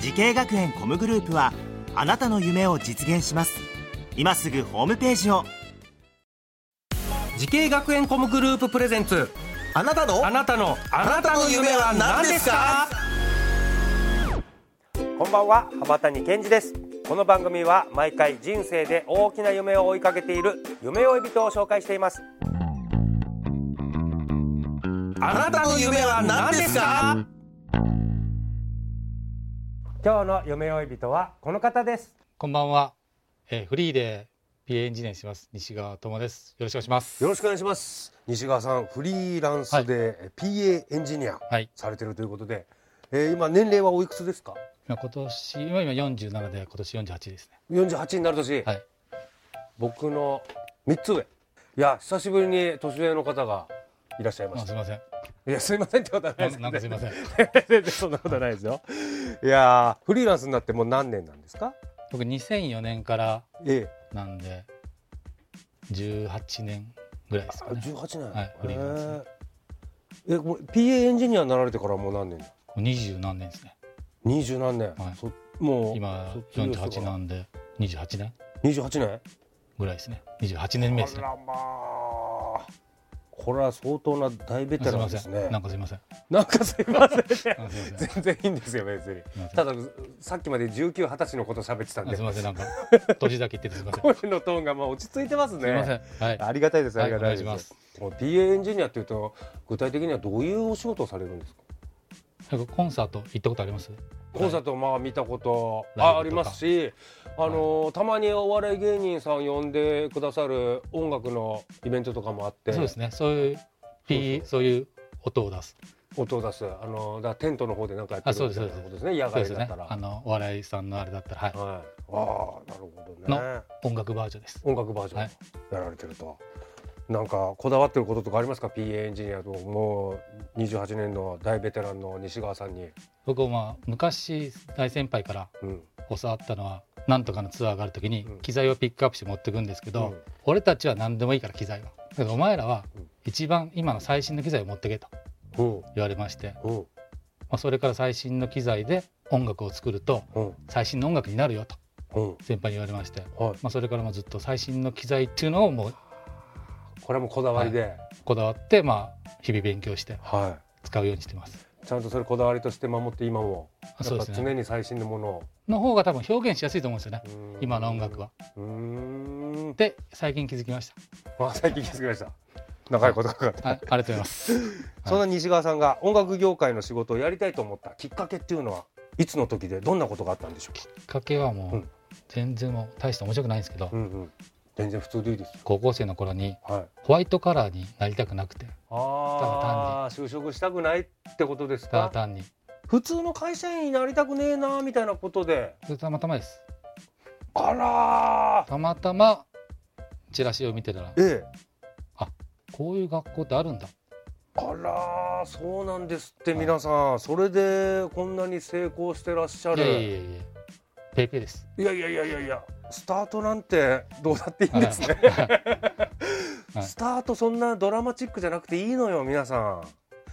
時系学園コムグループはあなたの夢を実現します今すぐホームページを時系学園コムグループプレゼンツあなたのあなたのあなたの夢は何ですかこんばんは羽端に健二ですこの番組は毎回人生で大きな夢を追いかけている夢追い人を紹介していますあなたの夢は何ですか今日の夢追い人はこの方ですこんばんは、えーフリーで PA エンジニアにしてます西川智です。よろしくお願いします。よろしくお願いします西川さんフリーランスでえ PA エンジニアはい。されてるということで、えー今年齢はおいくつですか今今年は今47で今年48ですね。 48になる年、はい。僕の3つ上いや久しぶりに年上の方がいらっしゃいまあしすたみません。いやすいませんってことはないなですなんかすみません。 全然そんなことないですよいやーフリーランスになってもう何年なんですか僕2004年からええなんで18年ぐらいですかあね。も18年、はいフリーランスねえーえこれ PA エンジニアになられてからもう何年う20何年ですね。二十何年、はいそもう今卒業して48からなんで28年28年ぐらいですね。28年目ですあね。らまあこれは相当な大ベテあすみラまンですせん。ねなんかすみません。なんかすいませんなんかすみません。全然いいんですよ別にませんたださっきまで19、20歳のこと喋ってたんあですみませ んなんか閉じだけ言っててすみません。声のトーンがまあ落ち着いてますねすみません。はい。ありがたいですはあいりがたいです,、お願いしこの PA エンジニアっていうと具体的にはどういうお仕事をされるんですかなんかコンサート行ったことあります？コンサートまあ見たことライブとかあありますし、あのたまにお笑い芸人さん呼んでくださる音楽のイベントとかもあって、そうですね。そういうピーそういう音を出す。音を出すあのだからテントの方でなんかやってあるそうですみたいなことですね野そう外ですだっねたら。。あのお笑いさんのあれだったらはい。はい、ああなるほどねの音楽バージョンです。音楽バージョンはいやられてると、なんかこだわってることとかありますか PA エンジニアともう28年の大ベテランの西川さんに、僕はまあ昔大先輩からうん、教わったのは。なんとかのツアーがあるときにうん機材をピックアップして持ってくんですけど、うん俺たちは何でもいいから機材はだけどお前らはうん一番今の最新の機材を持ってけとうん言われまして、まうんあ、それから最新の機材で音楽を作るとうん最新の音楽になるよとうん先輩に言われまして、はいまあ、それからもうずっと最新の機材っていうのをもうこれもこだわりで、はいこだわってまあ日々勉強して使うようにしてます。ちゃんとそれこだわりとして守って今もあやそうっでぱす常ね。に最新のものを、の方が多分表現しやすいと思うんですよね。うん今の音楽は。うーんで最近気づきましあ最近気づきました長いことがかかったた。はい、ありがとうございます。そんな西川さんが音楽業界の仕事をやりたいと思ったきっかけっていうのはいつの時でどんなことがあったんでしょうか、きっかけはもううん全然もう大して面白くないんですけど、うんうん、全然普通でいいですよ高校生の頃にはいホワイトカラーになりたくなくて、ああ就職したくないってことですただか単に普通の会社員になりたくねえなみたいなことでそれたまたまです。あらーたまたまチラシを見てたらええこういう学校ってあるんだ。あらーそうなんですって皆さんそれでこんなに成功してらっしゃいやいやいるやいや。ペイペイです。いやいやいやいやいやスタートなんてどうだっていいんですねはいスタートそんなドラマチックじゃなくていいのよ皆さん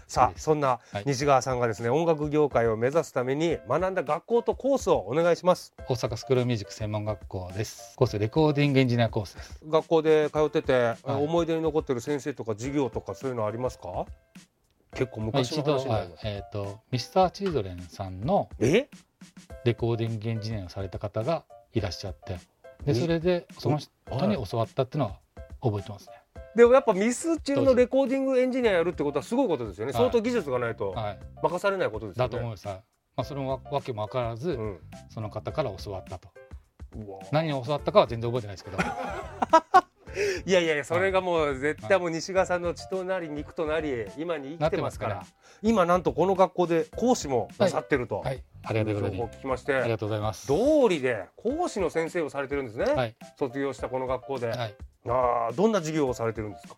さそうあですそんなはい西川さんがですね音楽業界を目指すために学んだ学校とコースをお願いします 大阪スクールミュージック専門学校です。コースレコーディングエンジニアコースです。学校で通ってて、はい思い出に残ってる先生とか授業とかそういうのありますか結構まあ、昔一の度話になはります、えっ、とミスターチルドレンさんのえレコーディングエンジニアをされた方がいらっしゃってでえそれでその人にはい教わったっていうのは覚えてますね。でもやっぱミスチルのレコーディングエンジニアやるってことはすごいことですよね、はい相当技術がないとはい、任されないことですよだねと思うさ、まあ、それもわわけも分からず、うんその方から教わったとうわ何を教わったかは全然覚えてないです けどいやいやいやそれがもう絶対もう西川さんの血となり肉となり今に生きてますからなってま今なんとこの学校で講師もなさってると、はいありがたいこと情報にを。聞きましありてがとうございます。道理で講師の先生をされてるんですね、はい。卒業したこの学校で、はい。ああどんな授業をされてるんですか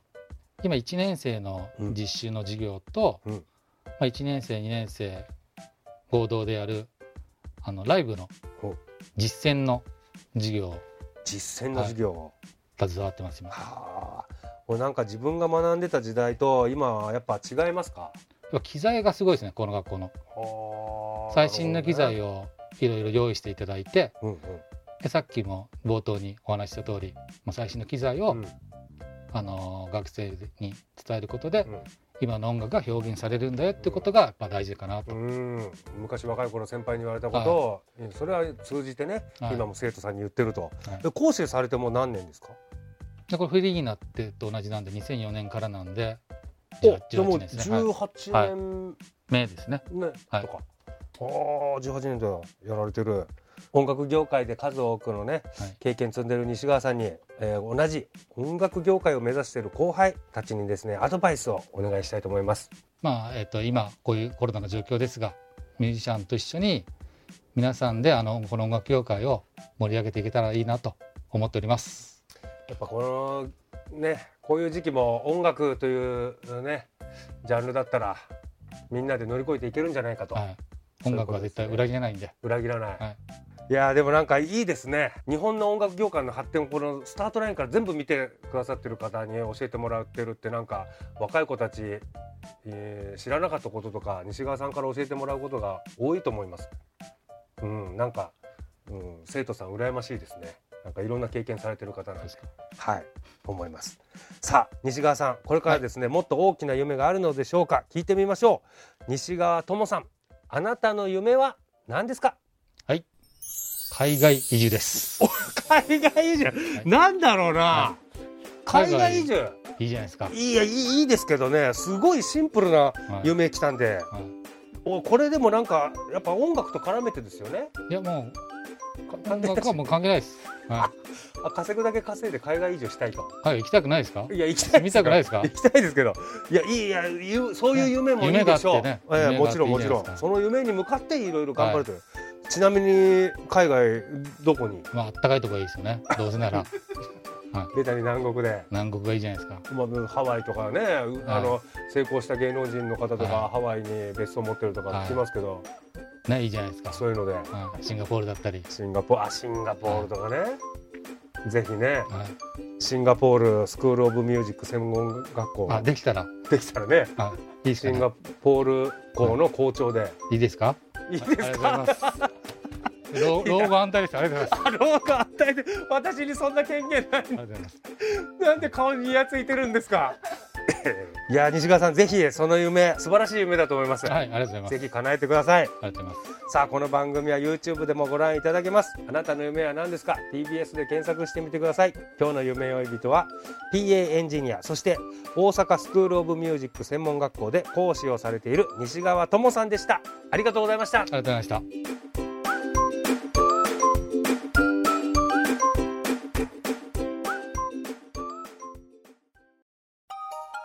今1年生の実習の授業と、うんうんまあ、1年生2年生合同でやるあのライブのほう実践の授業を実践の授業、携わってます今はあこれなんか自分が学んでた時代と今はやっぱ違いますかやっぱ機材がすごいですねこの学校の最新の機材を、をいろいろ用意していただいて、うんうんでさっきも冒頭にお話しした通り、まあ、最新の機材を、うんあの学生に伝えることで、うん今の音楽が表現されるんだよってことがやっぱ大事かなと、うん、昔若い頃先輩に言われたことを、それは通じてね、はい今も生徒さんに言ってると、はいで講師されてもう何年ですかでこれフリーになってと同じなんで2004年からなんでおじゃあもう18年ですね、はい、 18年目ですねね、はいとかああ18年でやられてる音楽業界で数多くのね、はい経験積んでる西川さんに、えー同じ音楽業界を目指している後輩たちにですねアドバイスをお願いしたいと思います。まあ、えっと今こういうコロナの状況ですがミュージシャンと一緒に皆さんであのこの音楽業界を盛り上げていけたらいいなと思っておりますやっぱこのねこういう時期も音楽というねジャンルだったらみんなで乗り越えていけるんじゃないかと、はい音楽は絶対裏切れないんで裏切らない、はいい、やーでもなんかいいですね日本の音楽業界の発展をこのスタートラインから全部見てくださってる方に教えてもらってるってなんか若い子たち、えー知らなかったこととか西川さんから教えてもらうことが多いと思いますうんなんか、うん、生徒さん羨ましいですねなんかいろんな経験されてる方なんではい思いますさあ西川さんこれからですね、もっと大きな夢があるのでしょうか聞いてみましょう西川智さんあなたの夢は何ですか海外移住です海外移住、いなんだろうな、は海外移住いいじゃないですか、はいいやいいいいですけどねすごいシンプルな夢来たんで、はいおこれでもなんかやっぱ音楽と絡めてですよねいやもうか音楽はもう関係ないですはあ稼ぐだけ稼いで海外移住したいとい、はい、行きたくないですかいや行きたい見たくないですか行きたいですけどいやいいいやゆそういう夢もいいでしょう、夢があってねええ夢がもあっちてろんもちろいいじゃないんですかその夢に向かっていろいろ頑張るという、ちなみに海外どこにまああったかいとこがいいですよねどうせならベタに南国で南国がいいじゃないですかまあ、ハワイとかね、うあの成功した芸能人の方とか、はハワイに別荘持ってるとか聞きますけど、ねいいじゃないですか、そういうのではい、シンガポールだったり、シンガポールあシンガポールとかね、ぜひねはい、シンガポールスクール・オブ・ミュージック専門学校あできたら、できたらねはい、いいですシか、ンね、ガポール校の校長で、いいですかい、いですかありがとうございます。 老老後安泰です。ありがとうございます。あろうか与えて私にそんな権限ないありがとうございます。なんで顔にいやついてるんですかいや西川さんぜひその夢素晴らしい夢だと思います、はい、ありがとうございます。ぜひ叶えてくださいありがとうございます。さあこの番組は YouTube でもご覧いただけますあなたの夢は何ですか TBS で検索してみてください今日の夢追い人は PA エンジニアそして大阪スクールオブミュージック専門学校で講師をされている西川智さんでしたありがとうございましたありがとうございました。